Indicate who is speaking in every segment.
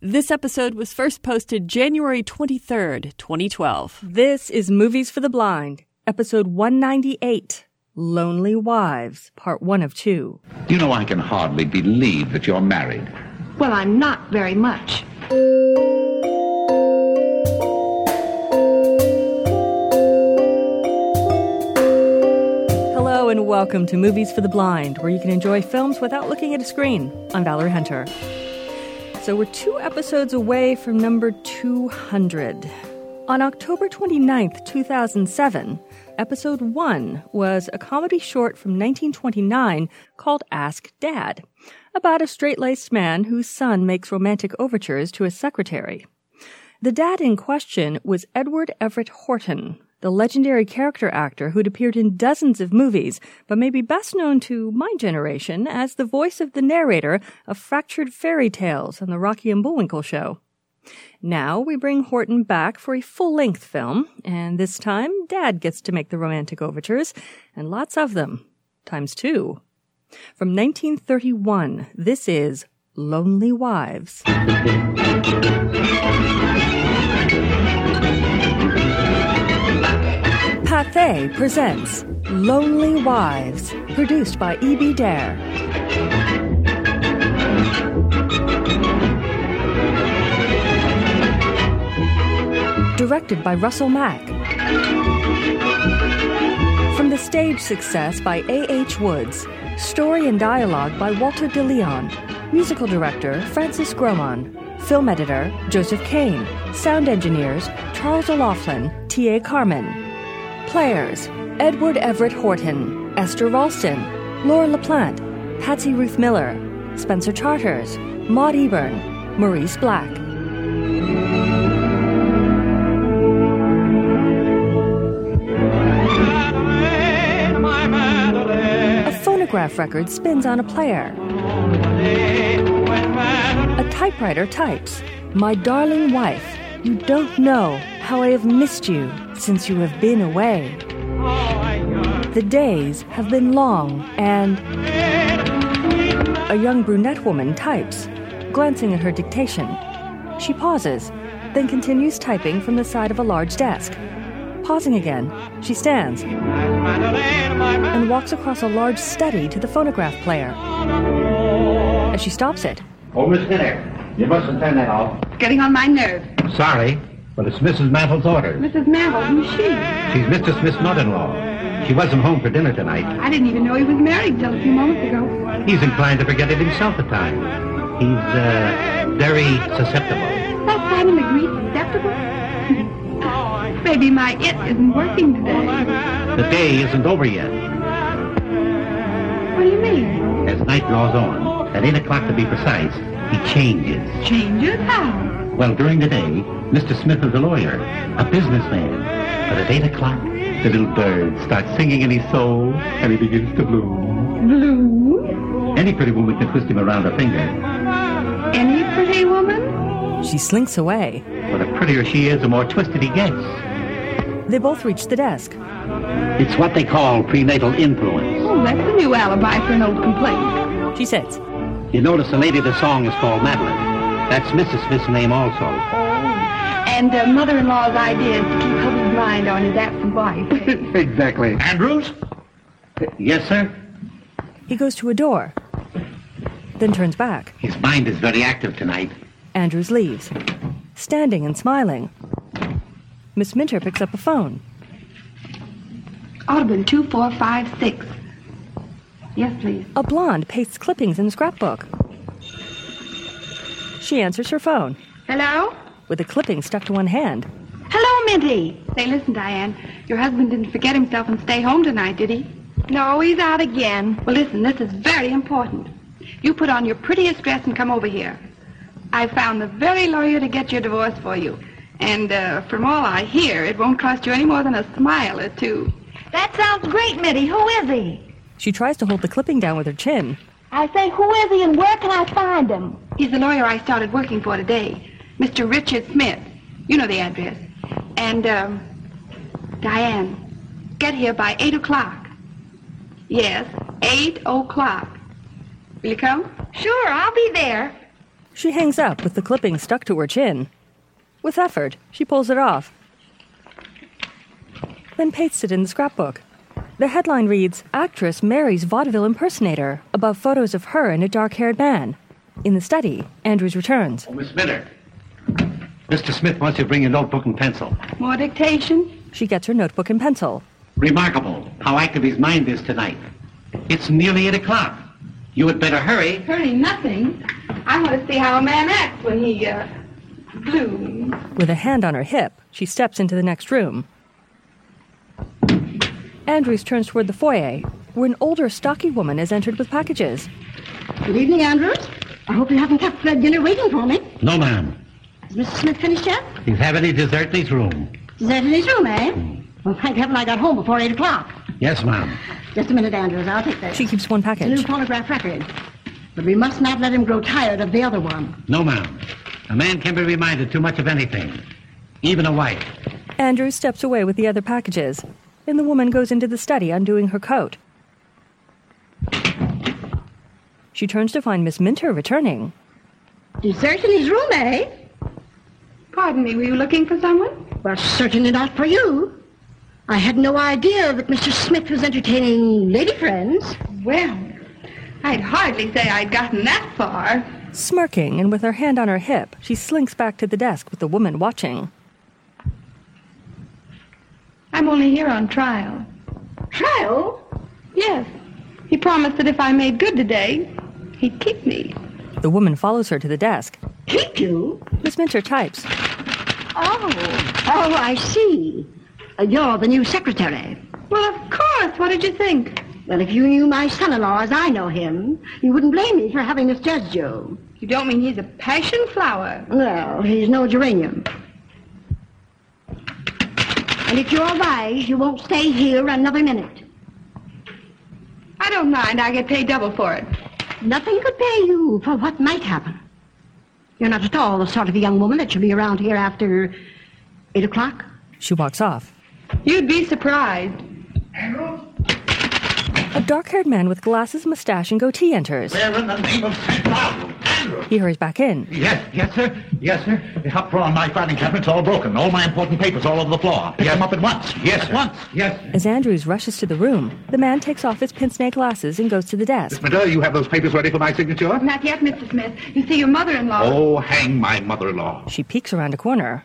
Speaker 1: This episode was first posted January 23rd, 2012.
Speaker 2: This is Movies for the Blind, episode 198 Lonely Wives, part one of two.
Speaker 3: You know, I can hardly believe that you're married.
Speaker 4: Well, I'm not very much.
Speaker 2: Hello and welcome to Movies for the Blind, where you can enjoy films without looking at a screen. I'm Valerie Hunter. So we're two episodes away from number 200. On October 29th, 2007, episode 1 was a comedy short from 1929 called Ask Dad, about a straight-laced man whose son makes romantic overtures to his secretary. The dad in question was Edward Everett Horton, the legendary character actor who'd appeared in dozens of movies, but may be best known to my generation as the voice of the narrator of Fractured Fairy Tales on the Rocky and Bullwinkle show. Now we bring Horton back for a full length film, and this time Dad gets to make the romantic overtures, and lots of them. Times two. From 1931, this is Lonely Wives. Pathé presents Lonely Wives, produced by E.B. Dare. Directed by Russell Mack. From the stage success by A.H. Woods, story and dialogue by Walter de Leon, musical director Francis Gromon, film editor Joseph Kane, sound engineers Charles O'Laughlin, T.A. Carmen. Players Edward Everett Horton, Esther Ralston, Laura LaPlante, Patsy Ruth Miller, Spencer Charters, Maud Eburn, Maurice Black. A phonograph record spins on a player. A typewriter types, My darling wife, you don't know how I have missed you since you have been away. The days have been long, and a young brunette woman types, glancing at her dictation. She pauses, then continues typing from the side of a large desk. Pausing again, she stands and walks across a large study to the phonograph player. As she stops it,
Speaker 3: Oh, Miss Minnick, you mustn't turn that off.
Speaker 4: Getting on my nerve.
Speaker 3: Sorry, but it's Mrs. Mantle's order.
Speaker 4: Mrs. Mantle, who's she?
Speaker 3: She's Mr. Smith's mother-in-law. She wasn't home for dinner tonight.
Speaker 4: I didn't even know he was married till a few moments ago.
Speaker 3: He's inclined to forget it himself at times. He's, uh, very susceptible.
Speaker 4: That kind of McGree's acceptable. Maybe my it isn't working today.
Speaker 3: The day isn't over yet,
Speaker 4: What do you mean?
Speaker 3: as night draws on. At 8 o'clock to be precise, he changes.
Speaker 4: Changes? How?
Speaker 3: Well, during the day, Mr. Smith is a lawyer, a businessman. But at 8 o'clock, the little bird starts singing in his soul, and he begins to bloom.
Speaker 4: Blue?
Speaker 3: Any pretty woman can twist him around a finger.
Speaker 4: Any pretty woman?
Speaker 2: she slinks away.
Speaker 3: But the prettier she is, the more twisted he gets.
Speaker 2: They both reach the desk.
Speaker 3: It's what they call prenatal influence.
Speaker 4: Oh, that's a new alibi for an old complaint.
Speaker 2: She sits.
Speaker 3: You notice the lady of the song is called Madeline. That's Mrs. Smith's name also.
Speaker 4: And uh, mother-in-law's idea is to keep hubby blind on his absent wife.
Speaker 3: exactly. Andrews? Yes, sir.
Speaker 2: He goes to a door, then turns back.
Speaker 3: His mind is very active tonight.
Speaker 2: Andrews leaves, standing and smiling. Miss Minter picks up a phone.
Speaker 4: Ought to been two, four, five, six. Yes, please.
Speaker 2: A blonde pastes clippings in a scrapbook. She answers her phone,
Speaker 4: Hello?
Speaker 2: with a clipping stuck to one hand.
Speaker 4: Hello, Minty. Say, listen, Diane. Your husband didn't forget himself and stay home tonight, did he? No, he's out again. Well, listen, this is very important. You put on your prettiest dress and come over here. I found the very lawyer to get your divorce for you. And uh, from all I hear, it won't cost you any more than a smile or two.
Speaker 5: That sounds great, Mitty. Who is he?
Speaker 2: She tries to hold the clipping down with her chin.
Speaker 5: I say, who is he and where can I find him?
Speaker 4: He's the lawyer I started working for today, Mr. Richard Smith. You know the address. And, um, Diane, get here by 8 o'clock. Yes, 8 o'clock. Will you come?
Speaker 5: Sure, I'll be there.
Speaker 2: She hangs up with the clipping stuck to her chin. With effort, she pulls it off, then pastes it in the scrapbook. The headline reads Actress marries vaudeville impersonator, above photos of her and a dark haired man. In the study, Andrews returns.
Speaker 3: Miss Miller. Mr. Smith wants you to bring your notebook and pencil.
Speaker 4: More dictation?
Speaker 2: She gets her notebook and pencil.
Speaker 3: Remarkable how active his mind is tonight. It's nearly 8 o'clock. You had better hurry.
Speaker 4: Hurry, nothing. I want to see how a man acts when he, uh, blooms.
Speaker 2: With a hand on her hip, she steps into the next room. Andrews turns toward the foyer, where an older, stocky woman has entered with packages.
Speaker 6: Good evening, Andrews. I hope you haven't kept Fred dinner waiting for me.
Speaker 3: No, ma'am.
Speaker 6: Has Mr. Smith finished yet?
Speaker 3: He's having his dessert in his room.
Speaker 6: Is that in his room, eh? Well, thank heaven I got home before 8 o'clock.
Speaker 3: Yes, ma'am.
Speaker 6: Just a minute, Andrews. I'll take that.
Speaker 2: She keeps one
Speaker 6: It's a new
Speaker 2: package.
Speaker 6: phonograph record. But we must not let him grow tired of the other one.
Speaker 3: No, ma'am. A man can be reminded too much of anything, even a wife.
Speaker 2: Andrews steps away with the other packages, and the woman goes into the study undoing her coat. She turns to find Miss Minter returning.
Speaker 6: Dessert in his room, eh?
Speaker 4: Pardon me, were you looking for someone?
Speaker 6: Well, certainly not for you. I had no idea that Mr. Smith was entertaining lady friends.
Speaker 4: Well, I'd hardly say I'd gotten that far.
Speaker 2: Smirking and with her hand on her hip, she slinks back to the desk with the woman watching.
Speaker 4: I'm only here on trial. Trial? Yes. He promised that if I made good today, he'd keep me.
Speaker 2: The woman follows her to the desk.
Speaker 6: Keep you?
Speaker 2: Miss Minter types.
Speaker 6: Oh. Oh, I see. Uh, you're the new secretary.
Speaker 4: Well, of course. What did you think?
Speaker 6: Well, if you knew my son-in-law as I know him, you wouldn't blame me for having misjudged you.
Speaker 4: You don't mean he's a passion flower.
Speaker 6: Well, he's no geranium. And if you're wise, you won't stay here another minute.
Speaker 4: I don't mind. I get paid double for it.
Speaker 6: Nothing could pay you for what might happen. You're not at all the sort of young woman that should be around here after eight o'clock.
Speaker 2: She walks off.
Speaker 4: You'd be surprised.
Speaker 2: A dark haired man with glasses, mustache, and goatee enters.
Speaker 3: Where in the name of St. Paul? Andrew!
Speaker 2: He hurries back in.
Speaker 7: Yes, yes, sir. Yes, sir. The hot floor on my filing cabinet's all broken. All my important papers all over the floor. Pick them up at once. Yes, at once.
Speaker 3: Yes, sir.
Speaker 2: As Andrews rushes to the room, the man takes off his pince-nez glasses and goes to the desk.
Speaker 7: Madonna, uh, you have those papers ready for my signature?
Speaker 4: Not yet, Mr. Smith. You see, your mother-in-law.
Speaker 7: Oh, hang my mother-in-law.
Speaker 2: She peeks around a corner.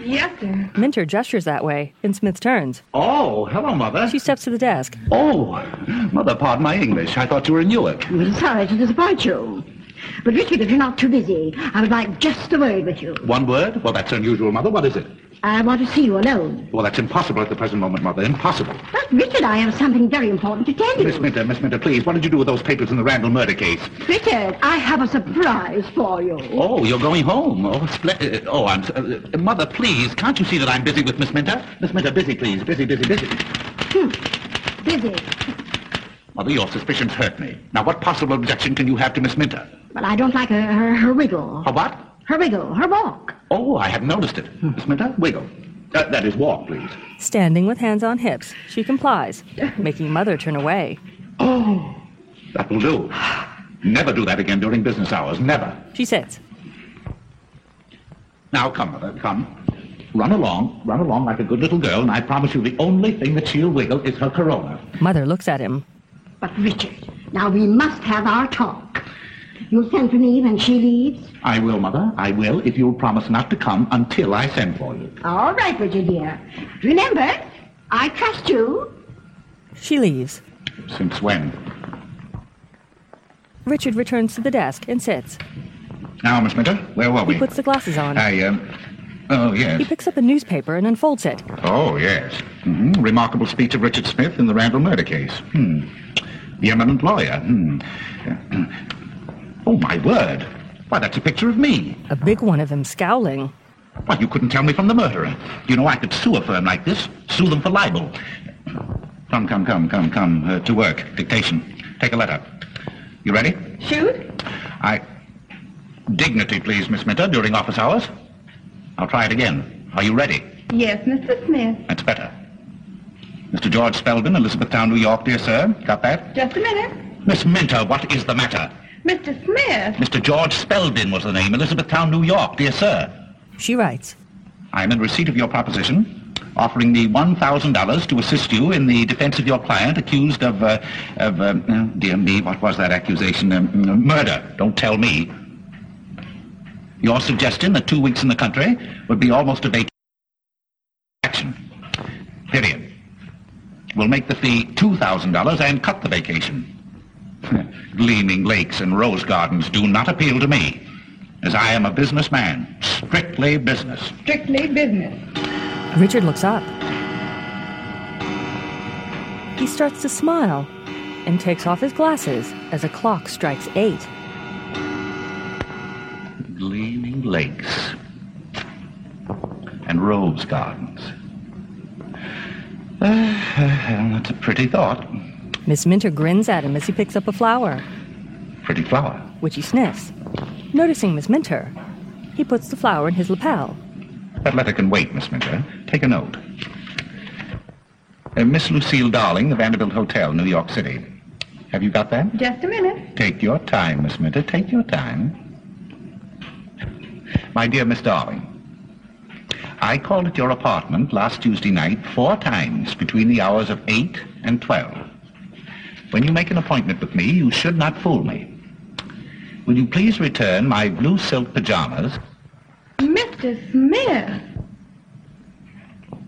Speaker 4: Yes, sir.
Speaker 2: Minter gestures that way, and Smith turns.
Speaker 7: Oh, hello, mother.
Speaker 2: She steps to the desk.
Speaker 7: Oh, mother, pardon my English. I thought you were in Newark.
Speaker 6: I'm sorry to disappoint you. But, Richard, if you're not too busy, I would like just a word with you.
Speaker 7: One word? Well, that's unusual, mother. What is it?
Speaker 6: I want to see you alone.
Speaker 7: Well, that's impossible at the present moment, mother. Impossible.
Speaker 6: But, Richard, I have something very important to tell you.
Speaker 7: Miss Minter, Miss Minter, please, what did you do with those papers in the Randall murder case?
Speaker 6: Richard, I have a surprise for you.
Speaker 7: Oh, you're going home. Oh, spl- uh, oh, I'm. s- Uh, uh, mother, please, can't you see that I'm busy with Miss Minter? Miss Minter, busy, please. Busy, busy, busy.
Speaker 6: Busy.
Speaker 7: Mother, your suspicions hurt me. Now, what possible objection can you have to Miss Minter?
Speaker 6: But I don't like her, her, her wiggle.
Speaker 7: A what?
Speaker 6: Her wiggle, her walk.
Speaker 7: Oh, I hadn't noticed it. Miss Minter, wiggle. Uh, that is, walk, please.
Speaker 2: Standing with hands on hips, she complies, making Mother turn away.
Speaker 7: That will do. Never do that again during business hours. Never.
Speaker 2: She sits.
Speaker 7: Now, come, Mother, come. Run along, run along like a good little girl, and I promise you the only thing that she'll wiggle is her corona.
Speaker 2: Mother looks at him.
Speaker 6: But, Richard, now we must have our talk. You'll send for me when she leaves?
Speaker 7: I will, Mother. I will if you'll promise not to come until I send for you.
Speaker 6: All right, Richard, dear. Remember, I trust you.
Speaker 2: She leaves.
Speaker 7: Since when?
Speaker 2: Richard returns to the desk and sits.
Speaker 7: Now, Miss Minter, where were
Speaker 2: He
Speaker 7: we?
Speaker 2: puts the glasses on.
Speaker 7: I, um... Oh, yes.
Speaker 2: He picks up a newspaper and unfolds it.
Speaker 7: Oh, yes. hmm Remarkable speech of Richard Smith in the Randall murder case. Hmm. The eminent lawyer. Hmm. Oh, my word. Why, that's a picture of me.
Speaker 2: A big one of him scowling.
Speaker 7: Why, you couldn't tell me from the murderer. You know, I could sue a firm like this, sue them for libel. Come, come, come, come, come. Uh, to work. Dictation. Take a letter. You ready?
Speaker 4: Shoot?
Speaker 7: I. Dignity, please, Miss Minter, during office hours. I'll try it again. Are you ready?
Speaker 4: Yes, Mr. Smith.
Speaker 7: That's better. Mr. George Spelman, Elizabethtown, New York, dear sir. Got that?
Speaker 4: Just a minute.
Speaker 7: Miss Minter, what is the matter?
Speaker 4: Mr. Smith.
Speaker 7: Mr. George Spelbin was the name, Elizabethtown, New York. Dear sir,
Speaker 2: She writes,
Speaker 7: I am in receipt of your proposition, offering me $1,000 to assist you in the defense of your client accused of, uh, of, um, oh, dear me, what was that accusation? Um, mm, murder. Don't tell me. Your suggestion that two weeks in the country would be almost a vacation. Action. Period. We'll make the fee $2,000 and cut the vacation. Gleaming lakes and rose gardens do not appeal to me, as I am a businessman, strictly business.
Speaker 4: Strictly business.
Speaker 2: Richard looks up. He starts to smile and takes off his glasses as a clock strikes eight.
Speaker 7: Gleaming lakes and rose gardens. Ah, that's a pretty thought.
Speaker 2: Miss Minter grins at him as he picks up a flower,
Speaker 7: Pretty flower.
Speaker 2: which he sniffs. Noticing Miss Minter, he puts the flower in his lapel.
Speaker 7: That letter can wait, Miss Minter. Take a note. Uh, Miss Lucille Darling, the Vanderbilt Hotel, New York City. Have you got that?
Speaker 4: Just a minute.
Speaker 7: Take your time, Miss Minter. Take your time. My dear Miss Darling, I called at your apartment last Tuesday night four times between the hours of 8 and 12. When you make an appointment with me, you should not fool me. Will you please return my blue silk pajamas,
Speaker 4: Mr. Smith.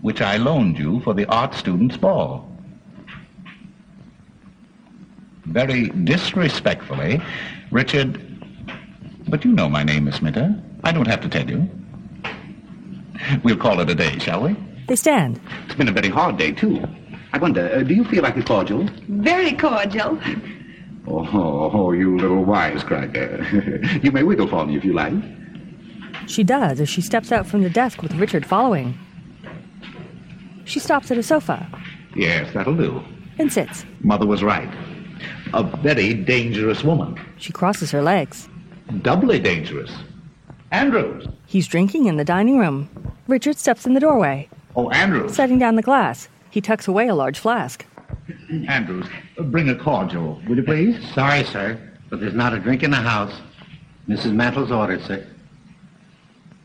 Speaker 7: which I loaned you for the art students' ball? Very disrespectfully, Richard. But you know my name, Miss Minter. I don't have to tell you. We'll call it a day, shall we?
Speaker 2: They stand.
Speaker 3: It's been a very hard day, too. I wonder, uh, do you feel like a cordial?
Speaker 4: Very cordial.
Speaker 3: Oh, oh, oh, you little wisecracker. you may wiggle for me if you like.
Speaker 2: She does as she steps out from the desk with Richard following. She stops at a sofa
Speaker 7: Yes, that'll do.
Speaker 2: and sits.
Speaker 7: Mother was right. A very dangerous woman.
Speaker 2: She crosses her legs.
Speaker 7: Doubly dangerous. Andrews.
Speaker 2: He's drinking in the dining room. Richard steps in the doorway,
Speaker 7: Oh, Andrews.
Speaker 2: setting down the glass. He tucks away a large flask.
Speaker 7: Andrews, uh, bring a cordial, would you please?
Speaker 3: Sorry, sir, but there's not a drink in the house. Mrs. Mantle's ordered, sir.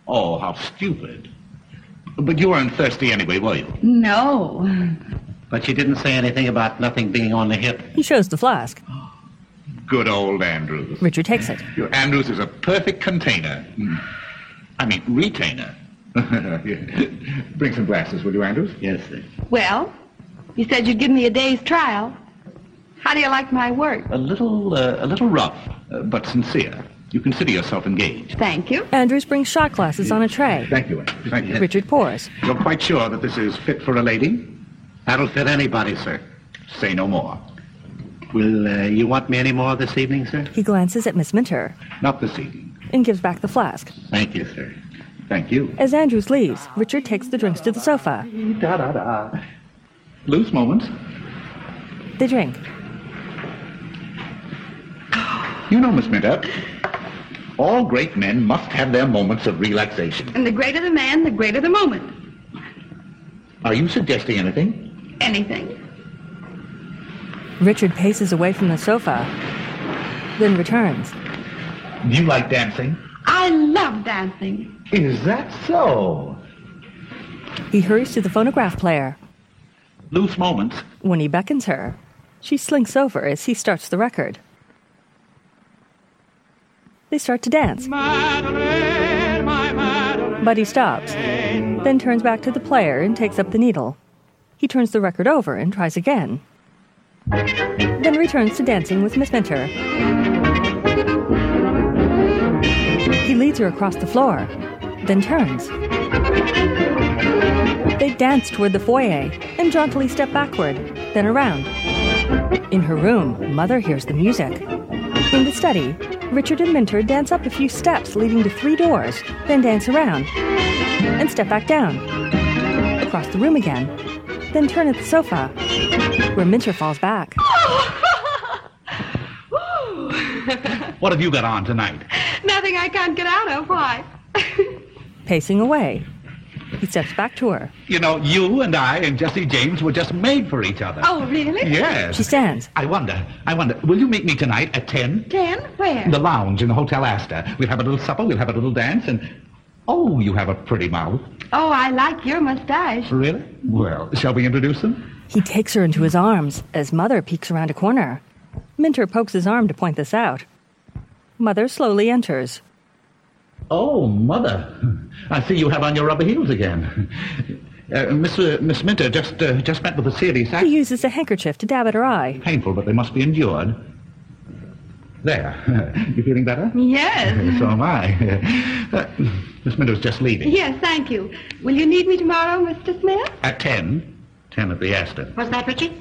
Speaker 7: Oh, how stupid. But you weren't thirsty anyway, were you?
Speaker 4: No.
Speaker 3: But she didn't say anything about nothing being on the hip.
Speaker 2: He shows the flask.
Speaker 7: Good old Andrews.
Speaker 2: Richard takes it.
Speaker 7: Your Andrews is a perfect container. Mm. I mean, retainer. bring some glasses, will you, Andrews?
Speaker 3: Yes, sir.
Speaker 4: Well, you said you'd give me a day's trial. How do you like my work?
Speaker 7: A little, uh, a little rough, uh, but sincere. You consider yourself engaged.
Speaker 4: Thank you.
Speaker 2: Andrews brings shot glasses on a tray.
Speaker 7: Thank you, Andrews. Thank you.
Speaker 2: Richard pours.
Speaker 7: You're quite sure that this is fit for a lady?
Speaker 3: That'll fit anybody, sir.
Speaker 7: Say no more.
Speaker 3: Will uh, you want me any more this evening, sir?
Speaker 2: He glances at Miss Minter
Speaker 7: Not this evening.
Speaker 2: and gives back the flask.
Speaker 3: Thank you, sir.
Speaker 7: Thank you.
Speaker 2: As Andrews leaves, Richard takes the drinks to the sofa.
Speaker 3: Da da da.
Speaker 7: Loose moments.
Speaker 2: They drink.
Speaker 7: You know, Miss Minter, all great men must have their moments of relaxation.
Speaker 4: And the greater the man, the greater the moment.
Speaker 7: Are you suggesting anything?
Speaker 4: Anything.
Speaker 2: Richard paces away from the sofa, then returns.
Speaker 7: Do you like dancing?
Speaker 4: I love dancing.
Speaker 7: Is that so?
Speaker 2: He hurries to the phonograph player.
Speaker 7: Loose moments.
Speaker 2: When he beckons her, she slinks over as he starts the record. They start to dance, but he stops, then turns back to the player and takes up the needle. He turns the record over and tries again, then returns to dancing with Miss Minter. He leads her across the floor, then turns. They dance toward the foyer and jauntily step backward, then around. In her room, Mother hears the music. In the study, Richard and Minter dance up a few steps leading to three doors, then dance around, and step back down. Across the room again, then turn at the sofa, where Minter falls back.
Speaker 7: What have you got on tonight?
Speaker 4: Nothing I can't get out of. Why?
Speaker 2: Pacing away, He steps back to her.
Speaker 7: You know, you and I and Jesse James were just made for each other.
Speaker 4: Oh, really?
Speaker 7: Yes.
Speaker 2: She stands.
Speaker 7: I wonder, I wonder, will you meet me tonight at 10?
Speaker 4: Ten? Where?
Speaker 7: The lounge in the Hotel Astor. We'll have a little supper, we'll have a little dance, and... Oh, you have a pretty mouth.
Speaker 4: Oh, I like your mustache.
Speaker 7: Really? Well, shall we introduce them?
Speaker 2: He takes her into his arms as Mother peeks around a corner. Minter pokes his arm to point this out. Mother slowly enters.
Speaker 7: Oh, Mother. I see you have on your rubber heels again. Uh, Miss, uh, Miss Minter just, uh, just met with a serious
Speaker 2: He
Speaker 7: accident.
Speaker 2: uses a handkerchief to dab at her eye.
Speaker 7: Painful, but they must be endured. There. you feeling better?
Speaker 4: Yes.
Speaker 7: So am I. Uh, Miss Minter's just leaving.
Speaker 4: Yes, thank you. Will you need me tomorrow, Mr. Smith?
Speaker 7: At 10. 10 at the Astor.
Speaker 6: What's that, Richie?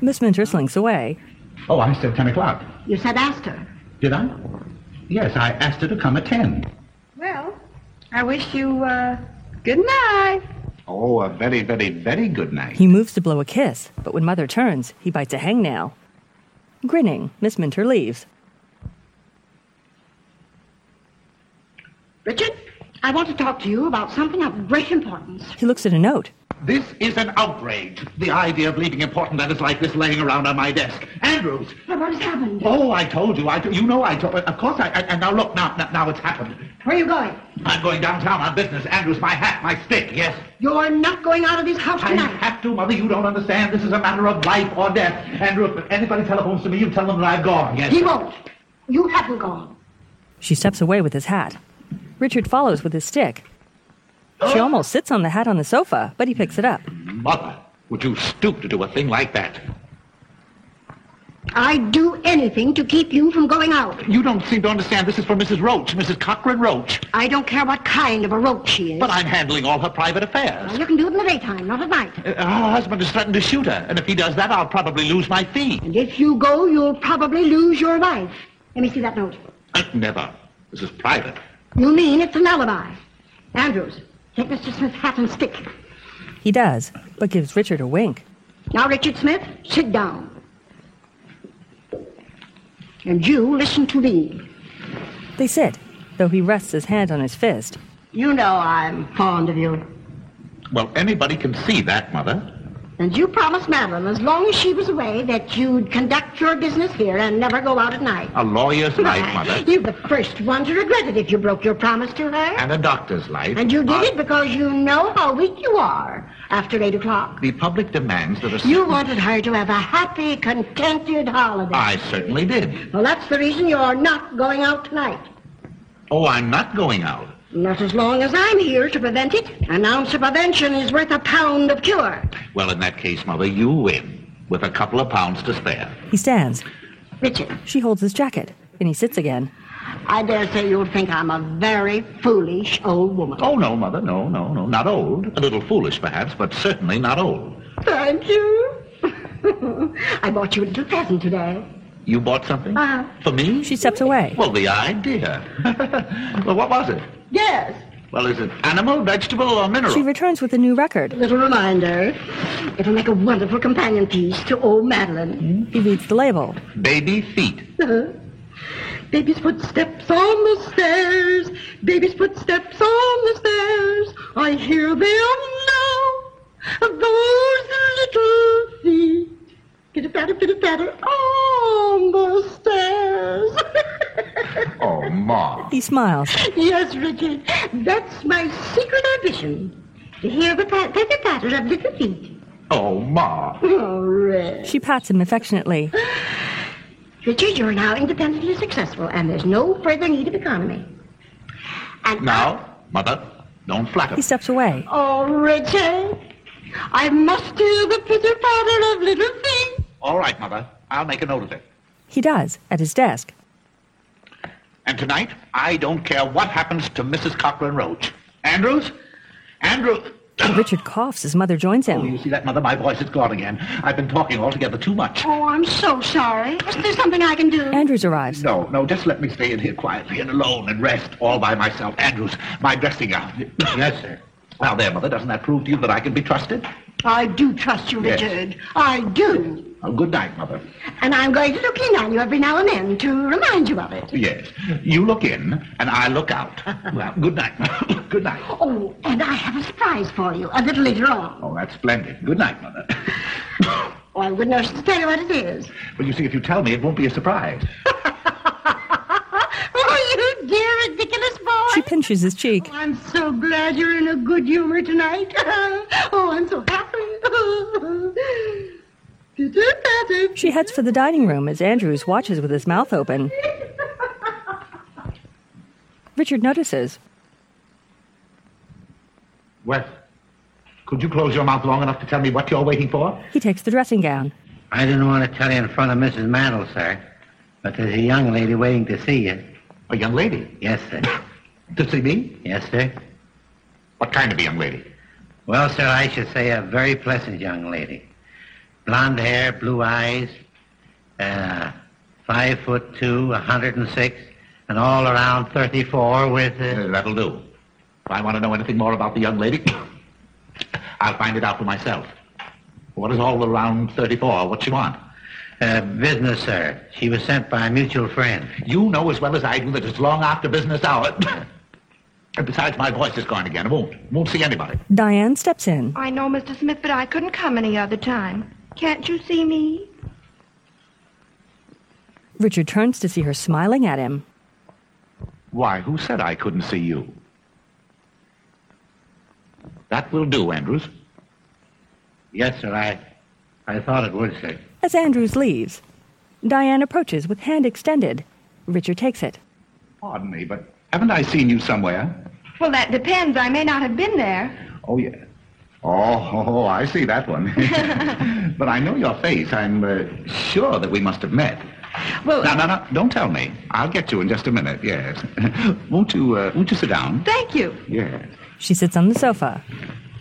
Speaker 2: Miss Minter slinks away.
Speaker 7: Oh, I said 10 o'clock.
Speaker 6: You said asked her.
Speaker 7: Did I? Yes, I asked her to come at 10.
Speaker 4: Well, I wish you, uh, good night.
Speaker 7: Oh, a very, very, very good night.
Speaker 2: He moves to blow a kiss, but when Mother turns, he bites a hangnail. Grinning, Miss Minter leaves.
Speaker 6: Richard, I want to talk to you about something of great importance.
Speaker 2: He looks at a note.
Speaker 7: This is an outrage. The idea of leaving important letters like this laying around on my desk. Andrews!
Speaker 6: But what has happened?
Speaker 7: Oh, I told you. I to- you know I told. Of course I. I and now look. Now, now, now it's happened.
Speaker 6: Where are you going?
Speaker 7: I'm going downtown on business. Andrews, my hat, my stick. Yes.
Speaker 6: You're not going out of this house
Speaker 7: I
Speaker 6: tonight.
Speaker 7: have to, Mother. You don't understand. This is a matter of life or death. Andrews, if anybody telephones to me, you tell them that I've gone. Yes.
Speaker 6: He won't. You haven't gone.
Speaker 2: She steps away with his hat. Richard follows with his stick. She almost sits on the hat on the sofa, but he picks it up.
Speaker 7: Mother, would you stoop to do a thing like that?
Speaker 6: I'd do anything to keep you from going out.
Speaker 7: You don't seem to understand. This is for Mrs. Roach, Mrs. Cochran Roach.
Speaker 6: I don't care what kind of a rope she is.
Speaker 7: But I'm handling all her private affairs.
Speaker 6: You can do it in the daytime, not at night.
Speaker 7: Uh, Her husband has threatened to shoot her, and if he does that, I'll probably lose my fee.
Speaker 6: And if you go, you'll probably lose your life. Let me see that note.
Speaker 7: Uh, Never. This is private.
Speaker 6: You mean it's an alibi. Andrews, take Mr. Smith's hat and stick.
Speaker 2: He does, but gives Richard a wink.
Speaker 6: Now, Richard Smith, sit down. And you listen to me.
Speaker 2: They sit, though he rests his hand on his fist.
Speaker 6: You know I'm fond of you.
Speaker 7: Well, anybody can see that, Mother.
Speaker 6: And you promised Madeline, as long as she was away, that you'd conduct your business here and never go out at night.
Speaker 7: A lawyer's life, Mother.
Speaker 6: You're the first one to regret it if you broke your promise to her.
Speaker 7: And a doctor's life.
Speaker 6: And you did
Speaker 7: are-
Speaker 6: it because you know how weak you are after 8 o'clock.
Speaker 7: The public demands that a...
Speaker 6: You wanted her to have a happy, contented holiday.
Speaker 7: I certainly did.
Speaker 6: Well, that's the reason you're not going out tonight.
Speaker 7: Oh, I'm not going out.
Speaker 6: Not as long as I'm here to prevent it. An ounce of prevention is worth a pound of cure.
Speaker 7: Well, in that case, Mother, you win. With a couple of pounds to spare.
Speaker 2: He stands.
Speaker 6: Richard,
Speaker 2: She holds his jacket, and he sits again.
Speaker 6: I dare say you'll think I'm a very foolish old woman.
Speaker 7: Oh, no, Mother, no, no, no. Not old. A little foolish, perhaps, but certainly not old.
Speaker 6: Oh, Thank you. I bought you a little present today.
Speaker 7: You bought something?
Speaker 6: Uh-huh.
Speaker 7: For me?
Speaker 2: She steps away.
Speaker 7: Well, the idea. well, what was it?
Speaker 6: Yes.
Speaker 7: Well, is it animal, vegetable, or mineral?
Speaker 2: She returns with a new record.
Speaker 6: Little reminder. It'll make a wonderful companion piece to old Madeline.
Speaker 2: He reads the label.
Speaker 7: Baby feet.
Speaker 6: Baby's footsteps on the stairs. Baby's footsteps on the stairs. I hear them now. Of those little feet. Pitter patter, pitter patter on the stairs.
Speaker 7: Oh, Ma.
Speaker 2: He smiles.
Speaker 6: Yes, Richard. That's my secret ambition. To hear the pat- pitter patter of little feet.
Speaker 7: Oh, Ma.
Speaker 6: Oh, Rich.
Speaker 2: She pats him affectionately.
Speaker 6: Richard, you're now independently successful, and there's no further need of economy. And
Speaker 7: Now, Mother, don't flatter.
Speaker 2: He steps away.
Speaker 6: Oh, Richard. I must hear the pitter patter of little feet.
Speaker 7: All right, Mother. I'll make a note of it.
Speaker 2: He does, at his desk.
Speaker 7: And tonight, I don't care what happens to Mrs. Cochran Roach. Andrews? Andrew.
Speaker 2: Richard coughs as Mother joins
Speaker 7: Oh,
Speaker 2: him.
Speaker 7: you see that, Mother? My voice is gone again. I've been talking altogether too much.
Speaker 6: Oh, I'm so sorry. Isn't there something I can do?
Speaker 2: Andrews arrives.
Speaker 7: No, no, just let me stay in here quietly and alone and rest all by myself. Andrews, my dressing gown. yes, sir. Now there, Mother, doesn't that prove to you that I can be trusted?
Speaker 6: I do trust you,
Speaker 7: Yes.
Speaker 6: Richard. I do.
Speaker 7: Well, good night, Mother.
Speaker 5: And I'm going to look in on you every now and then to remind you of it.
Speaker 7: Yes. You look in, and I look out. well, good night. good night.
Speaker 5: Oh, and I have a surprise for you a little later on.
Speaker 7: Oh, that's splendid. Good night, Mother.
Speaker 5: Oh, I wouldn't know to tell you what it is.
Speaker 7: Well, you see, if you tell me, it won't be a surprise.
Speaker 5: oh, you dear, ridiculous
Speaker 2: She
Speaker 5: boy.
Speaker 2: pinches his cheek.
Speaker 6: I'm so glad you're in a good humor tonight. oh, I'm so happy.
Speaker 2: She heads for the dining room as Andrews watches with his mouth open. Richard notices.
Speaker 7: Well, could you close your mouth long enough to tell me what you're waiting for?
Speaker 2: He takes the dressing gown.
Speaker 3: I didn't want to tell you in front of Mrs. Mantle, sir, but there's a young lady waiting to see you.
Speaker 7: A young lady.
Speaker 3: Yes, sir.
Speaker 7: To see me?
Speaker 3: Yes, sir.
Speaker 7: What kind of a young lady?
Speaker 3: Well, sir, I should say a very pleasant young lady. Blonde hair, blue eyes, uh, five foot two, 106, and all around 34 with... Uh,
Speaker 7: Uh, that'll do. If I want to know anything more about the young lady, I'll find it out for myself. What is all around 34? What she want?
Speaker 3: uh, business, sir. She was sent by a mutual friend.
Speaker 7: You know as well as I do that it's long after business hour. and besides, my voice is gone again. I won't. Won't see anybody.
Speaker 2: Diane steps in.
Speaker 4: I know, Mr. Smith, but I couldn't come any other time. Can't you see me?
Speaker 2: Richard turns to see her smiling at him.
Speaker 7: Why, who said I couldn't see you? That will do, Andrews.
Speaker 3: Yes, sir, I, I thought it would, sir.
Speaker 2: As Andrews leaves, Diane approaches with hand extended. Richard takes it.
Speaker 7: Pardon me, but haven't I seen you somewhere?
Speaker 4: Well, that depends. I may not have been there.
Speaker 7: Oh, yeah. Oh, oh, I see that one. but I know your face. I'm uh, sure that we must have met.
Speaker 4: Well-
Speaker 7: no, no, no! Don't tell me. I'll get you in just a minute. Yes. won't you? Uh, won't you sit down?
Speaker 4: Thank you.
Speaker 7: Yes.
Speaker 2: She sits on the sofa.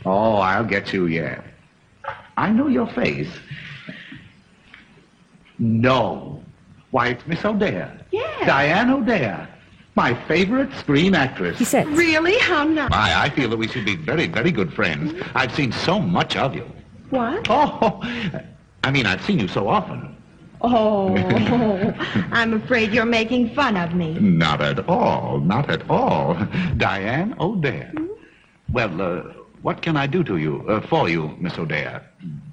Speaker 7: Oh, I'll get you. Yeah. I know your face. No. Why, it's Miss O'Dare.
Speaker 4: Yes.
Speaker 7: Diane O'Dare, my favorite screen actress.
Speaker 2: He sits.
Speaker 4: Really? How nice.
Speaker 7: Why, I feel that we should be very, very good friends. I've seen so much of you.
Speaker 4: What?
Speaker 7: Oh, I mean, I've seen you so often.
Speaker 4: Oh, I'm afraid you're making fun of me.
Speaker 7: Not at all, not at all. Diane O'Dare. Well, uh, what can I do to you, uh, for you, Miss O'Dare?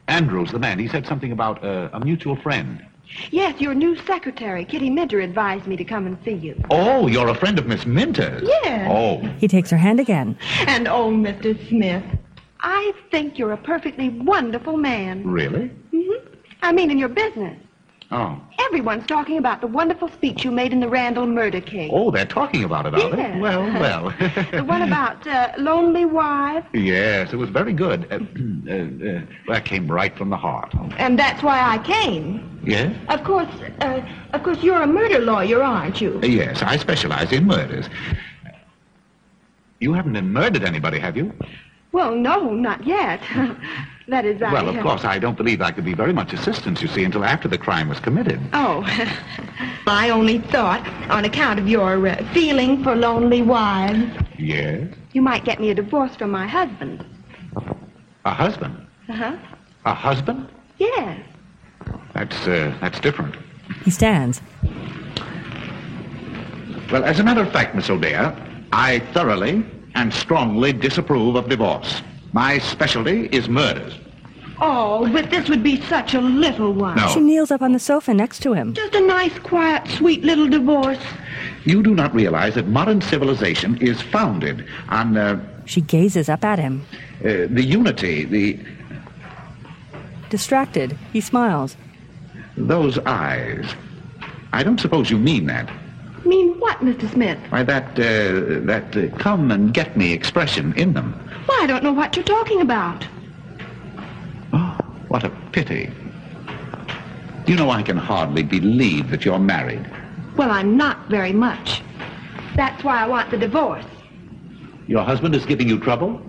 Speaker 7: Andrews, the man, he said something about uh, a mutual friend.
Speaker 4: Yes, your new secretary, Kitty Minter, advised me to come and see you.
Speaker 7: Oh, you're a friend of Miss Minter's?
Speaker 4: Yes.
Speaker 7: Oh,
Speaker 2: He takes her hand again.
Speaker 4: And oh, Mr. Smith, I think you're a perfectly wonderful man.
Speaker 7: really?
Speaker 4: hmm I mean, in your business.
Speaker 7: Oh.
Speaker 4: Everyone's talking about the wonderful speech you made in the Randall murder case.
Speaker 7: Oh, they're talking about it, are
Speaker 4: Yes.
Speaker 7: they? Well, well.
Speaker 4: The one about uh, lonely wives,
Speaker 7: Yes, it was very good. Uh, uh, uh, that came right from the heart.
Speaker 4: and that's why I came.
Speaker 7: Yes?
Speaker 4: Of course, uh, of course, you're a murder lawyer, aren't you?
Speaker 7: Yes, I specialize in murders. You haven't murdered anybody, have you?
Speaker 4: Well, no, not yet. that is, I.
Speaker 7: well, of course, I don't believe I could be very much assistance, you see, until after the crime was committed.
Speaker 4: Oh, I only thought, on account of your uh, feeling for lonely wives,
Speaker 7: Yes?
Speaker 4: you might get me a divorce from my husband.
Speaker 7: A husband?
Speaker 4: Uh huh.
Speaker 7: A husband?
Speaker 4: Yes.
Speaker 7: That's, uh, that's different.
Speaker 2: He stands.
Speaker 7: Well, as a matter of fact, Miss O'Dare, I thoroughly and strongly disapprove of divorce. My specialty is murders.
Speaker 4: Oh, but this would be such a little one.
Speaker 2: She
Speaker 7: No,
Speaker 2: kneels up on the sofa next to him.
Speaker 4: Just a nice, quiet, sweet little divorce.
Speaker 7: you do not realize that modern civilization is founded on uh,
Speaker 2: She gazes up at him.
Speaker 7: Uh, the unity, the
Speaker 2: Distracted, he smiles.
Speaker 7: those eyes. I don't suppose you mean that.
Speaker 4: Mean what, Mr. Smith?
Speaker 7: Why that uh, that uh, come and get me expression in them.
Speaker 4: Well, I don't know what you're talking about.
Speaker 7: Oh, what a pity. You know I can hardly believe that you're married.
Speaker 4: Well, I'm not very much. That's why I want the divorce.
Speaker 7: Your husband is giving you trouble.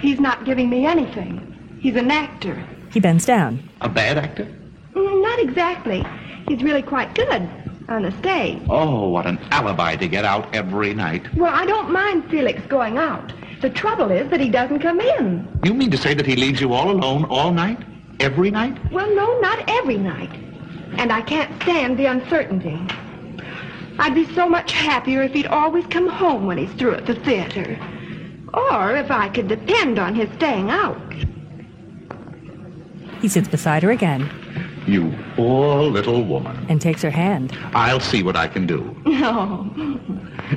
Speaker 4: He's not giving me anything. He's an actor.
Speaker 2: He bends down.
Speaker 7: A bad actor.
Speaker 4: Mm, not exactly. He's really quite good on the stage.
Speaker 7: Oh, what an alibi to get out every night.
Speaker 4: Well, I don't mind Felix going out. The trouble is that he doesn't come in.
Speaker 7: You mean to say that he leaves you all alone all night? Every night?
Speaker 5: Well, no, not every night. And I can't stand the uncertainty.
Speaker 4: I'd be so much happier if he'd always come home when he's through at the theater.
Speaker 5: Or if I could depend on his staying out.
Speaker 2: He sits beside her again
Speaker 8: You poor little woman.
Speaker 2: and takes her hand.
Speaker 8: I'll see what I can do.
Speaker 5: No.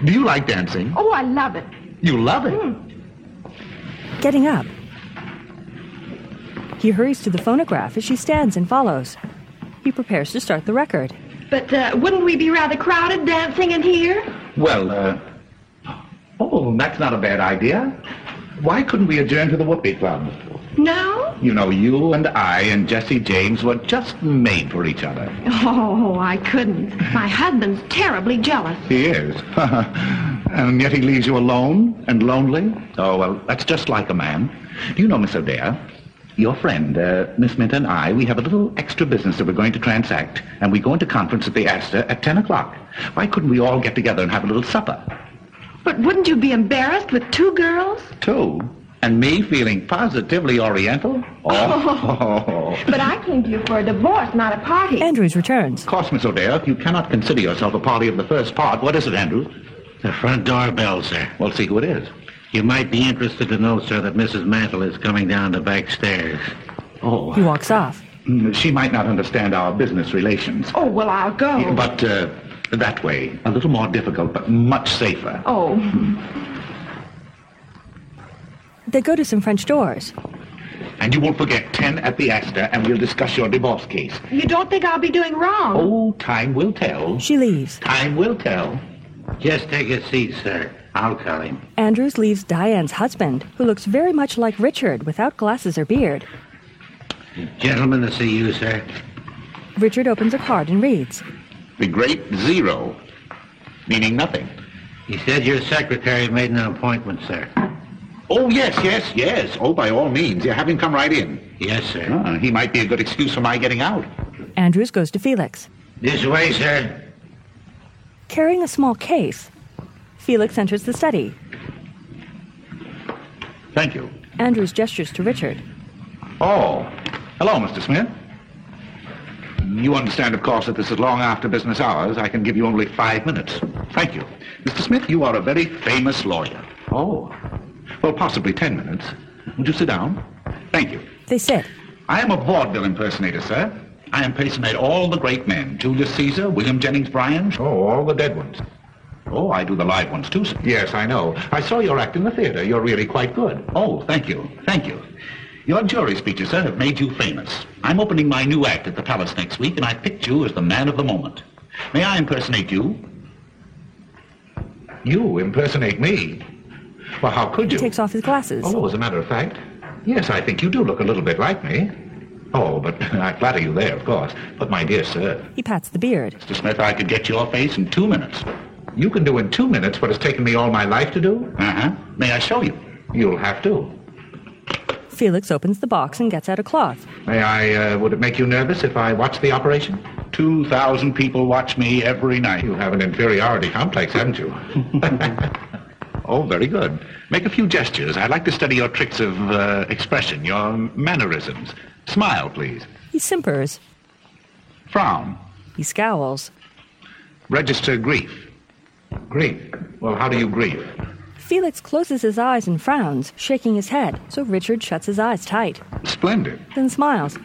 Speaker 8: Do you like dancing?
Speaker 5: Oh, I love it. Mm.
Speaker 8: You love it.
Speaker 2: Getting up, he hurries to the phonograph as she stands and follows. He prepares to start the record.
Speaker 5: But uh, wouldn't we be rather crowded dancing in here?
Speaker 7: Well, uh, oh, that's not a bad idea. Why couldn't we adjourn to the Whoopee Club?
Speaker 5: No?
Speaker 7: You know, you and I and Jesse James were just made for each other.
Speaker 5: Oh, I couldn't. My husband's terribly jealous.
Speaker 7: He is. and yet he leaves you alone and lonely? Oh, well, that's just like a man. Do you know, Miss O'Dare, your friend, uh, Miss Minter and I, we have a little extra business that we're going to transact, and we go into conference at the Astor at 10 o'clock. Why couldn't we all get together and have a little supper?
Speaker 5: But wouldn't you be embarrassed with two girls?
Speaker 7: Two. And me feeling positively oriental? Oh.
Speaker 5: But I came to you for a divorce, not a party.
Speaker 2: Andrews returns.
Speaker 7: Of course, Miss O'Dare, if you cannot consider yourself a party of the first part, what is it, Andrews?
Speaker 3: The front door bell, sir.
Speaker 7: Well, see who it is.
Speaker 3: You might be interested to know, sir, that Mrs. Mantle is coming down the back stairs.
Speaker 2: He
Speaker 7: Oh.
Speaker 2: walks off.
Speaker 7: She might not understand our business relations.
Speaker 5: Oh, well, I'll go.
Speaker 7: But uh, that way, a little more difficult, but much safer.
Speaker 5: Oh,
Speaker 2: They go to some French doors.
Speaker 7: And you won't forget 10 at the Astor, and we'll discuss your divorce case.
Speaker 5: you don't think I'll be doing wrong?
Speaker 7: Oh, time will tell.
Speaker 2: She leaves.
Speaker 7: Time will tell.
Speaker 3: Just take a seat, sir. I'll tell him.
Speaker 2: Andrews leaves Diane's husband, who looks very much like Richard without glasses or beard.
Speaker 3: Gentlemen to see you, sir.
Speaker 2: Richard opens a card and reads.
Speaker 7: The great zero, meaning nothing.
Speaker 3: He said your secretary made an appointment, sir.
Speaker 7: Oh, yes, yes, yes. Oh, by all means. You have him come right in.
Speaker 3: Yes, sir.
Speaker 7: Ah, he might be a good excuse for my getting out.
Speaker 2: Andrews goes to Felix.
Speaker 3: This way, sir.
Speaker 2: Carrying a small case, Felix enters the study.
Speaker 7: Thank you.
Speaker 2: Andrews gestures to Richard.
Speaker 7: Oh. Hello, Mr. Smith. You understand, of course, that this is long after business hours. I can give you only five minutes. Thank you. Mr. Smith, you are a very famous lawyer. Oh. Well, possibly ten minutes. Would you sit down? Thank you.
Speaker 2: They sit.
Speaker 7: I am a vaudeville impersonator, sir. I impersonate all the great men. Julius Caesar, William Jennings Bryan. Oh, all the dead ones. Oh, I do the live ones too, sir. Yes, I know. I saw your act in the theater. You're really quite good. Oh, thank you. Thank you. Your jury speeches, sir, have made you famous. I'm opening my new act at the Palace next week, and I picked you as the man of the moment. May I impersonate you? You impersonate me? Well, how could you?
Speaker 2: He takes off his glasses.
Speaker 7: Oh, as a matter of fact, yes, I think you do look a little bit like me. Oh, but I flatter you there, of course. But my dear sir,
Speaker 2: He pats the beard.
Speaker 7: Mr. Smith, I could get your face in two minutes. You can do in two minutes what it's taken me all my life to do? Uh-huh. May I show you? You'll have to.
Speaker 2: Felix opens the box and gets out a cloth.
Speaker 7: May I, uh, would it make you nervous if I watched the operation? Two thousand people watch me every night. You have an inferiority complex, haven't you? oh, very good. Make a few gestures. I'd like to study your tricks of uh, expression, your mannerisms. Smile, please.
Speaker 2: He simpers.
Speaker 7: Frown.
Speaker 2: He scowls.
Speaker 7: Register grief. Grief? Well, how do you grieve?
Speaker 2: Felix closes his eyes and frowns, shaking his head, so Richard shuts his eyes tight,
Speaker 7: Splendid.
Speaker 2: then smiles.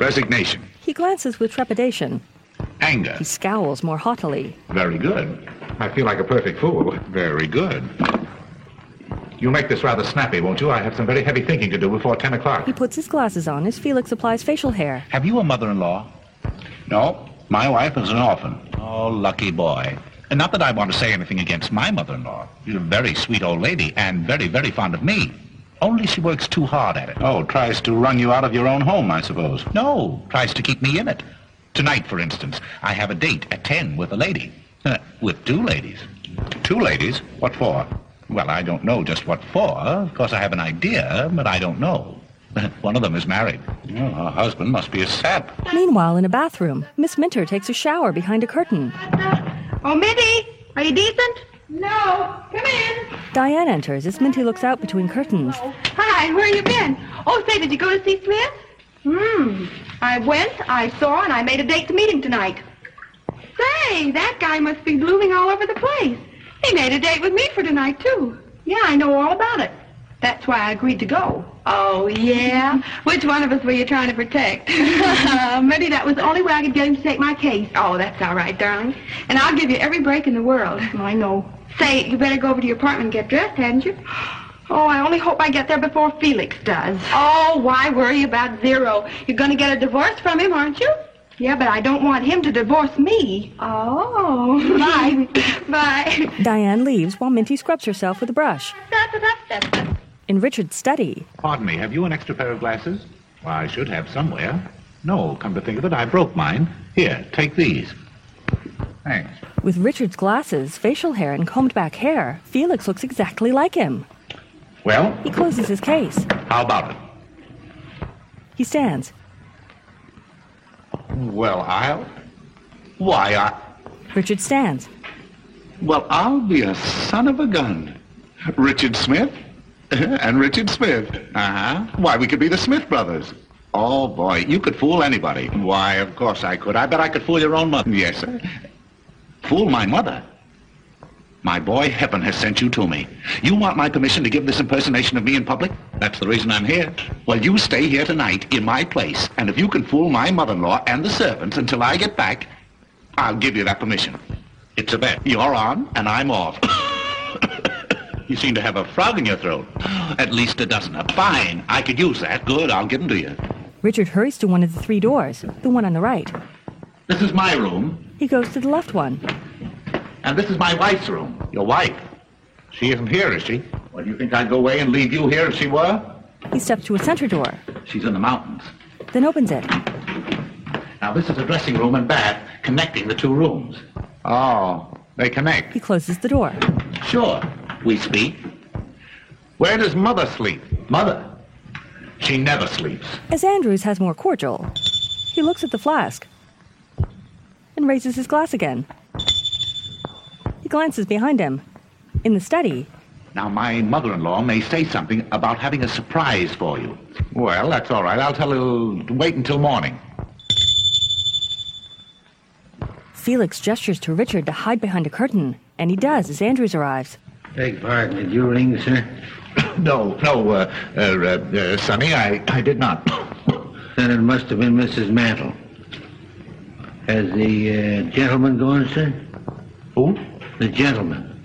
Speaker 7: Resignation.
Speaker 2: He glances with trepidation.
Speaker 7: Anger.
Speaker 2: He scowls more haughtily.
Speaker 7: Very good. I feel like a perfect fool. Very good. You'll make this rather snappy, won't you? I have some very heavy thinking to do before 10 o'clock.
Speaker 2: He puts his glasses on as Felix applies facial hair.
Speaker 7: Have you a mother-in-law? No. My wife is an orphan. Oh, lucky boy. And not that I want to say anything against my mother-in-law. She's a very sweet old lady and very, very fond of me. Only she works too hard at it. Oh, tries to run you out of your own home, I suppose. No, tries to keep me in it. Tonight, for instance, I have a date at 10 with a lady. Uh, with two ladies. Two ladies? What for? Well, I don't know just what for. Of course, I have an idea, but I don't know. One of them is married. Well, her husband must be a sap.
Speaker 2: Meanwhile, in a bathroom, Miss Minter takes a shower behind a curtain.
Speaker 5: uh,
Speaker 4: Oh, Minty, are you decent? No. Come in.
Speaker 2: Diane enters as Minty looks out between curtains.
Speaker 6: Oh,
Speaker 4: Hi, where you been? Oh, say, did you go to see Smith?
Speaker 6: Hmm. I went, I saw, and I made a date to meet him tonight.
Speaker 4: Say, that guy must be blooming all over the place. He made a date with me for tonight, too. Yeah, I know all about it. That's why I agreed to go. Oh, yeah? Which one of us were you trying to protect? Maybe that was the only way I could get him to take my case. Oh, that's all right, darling. And I'll give you every break in the world. I know. Say, you better go over to your apartment and get dressed, hadn't you? Oh, I only hope I get there before Felix does. Oh, why worry about Zero? You're going to get a divorce from him, aren't you? Yeah, but I don't want him to divorce me. Oh. Bye. Bye.
Speaker 2: Diane leaves while Minty scrubs herself with a brush. In Richard's study,
Speaker 7: Pardon me, have you an extra pair of glasses? Well, I should have somewhere. No, come to think of it, I broke mine. Here, take these. Thanks.
Speaker 2: with Richard's glasses, facial hair, and combed back hair, Felix looks exactly like him.
Speaker 7: Well,
Speaker 2: He closes his case.
Speaker 7: how about it?
Speaker 2: He stands.
Speaker 7: Well, I'll. Why, I.
Speaker 2: Richard stands.
Speaker 7: Well, I'll be a son of a gun. Richard Smith and Richard Smith. Uh huh. Why, we could be the Smith brothers. Oh, boy, you could fool anybody. Why, of course I could. I bet I could fool your own mother. Yes, sir. Fool my mother? My boy, heaven has sent you to me. You want my permission to give this impersonation of me in public? That's the reason I'm here. Well, you stay here tonight in my place, and if you can fool my mother-in-law and the servants until I get back, I'll give you that permission. It's a bet. You're on, and I'm off. you seem to have a frog in your throat. At least a dozen. Fine. I could use that. Good. I'll give them to you.
Speaker 2: Richard hurries to one of the three doors, the one on the right.
Speaker 7: This is my room,
Speaker 2: He goes to the left one.
Speaker 7: and this is my wife's room. Your wife? She isn't here, is she? Well, you think I'd go away and leave you here if she were?
Speaker 2: He steps to a center door,
Speaker 7: She's in the mountains.
Speaker 2: then opens it.
Speaker 7: Now, this is a dressing room and bath connecting the two rooms. Oh, they connect.
Speaker 2: He closes the door.
Speaker 7: Sure. We speak. Where does Mother sleep? Mother? She never sleeps.
Speaker 2: As Andrews has more cordial, he looks at the flask and raises his glass again. He glances behind him. In the study,
Speaker 7: Now, my mother-in-law may say something about having a surprise for you. Well, that's all right. I'll tell her to wait until morning.
Speaker 2: Felix gestures to Richard to hide behind a curtain, and he does as Andrews arrives.
Speaker 3: Beg pardon, did you ring, sir?
Speaker 7: No, no, uh, uh, uh, uh, Sonny, I, I did not.
Speaker 3: Then it must have been Mrs. Mantle. Has the uh, gentleman gone, sir?
Speaker 7: Who?
Speaker 3: The gentleman.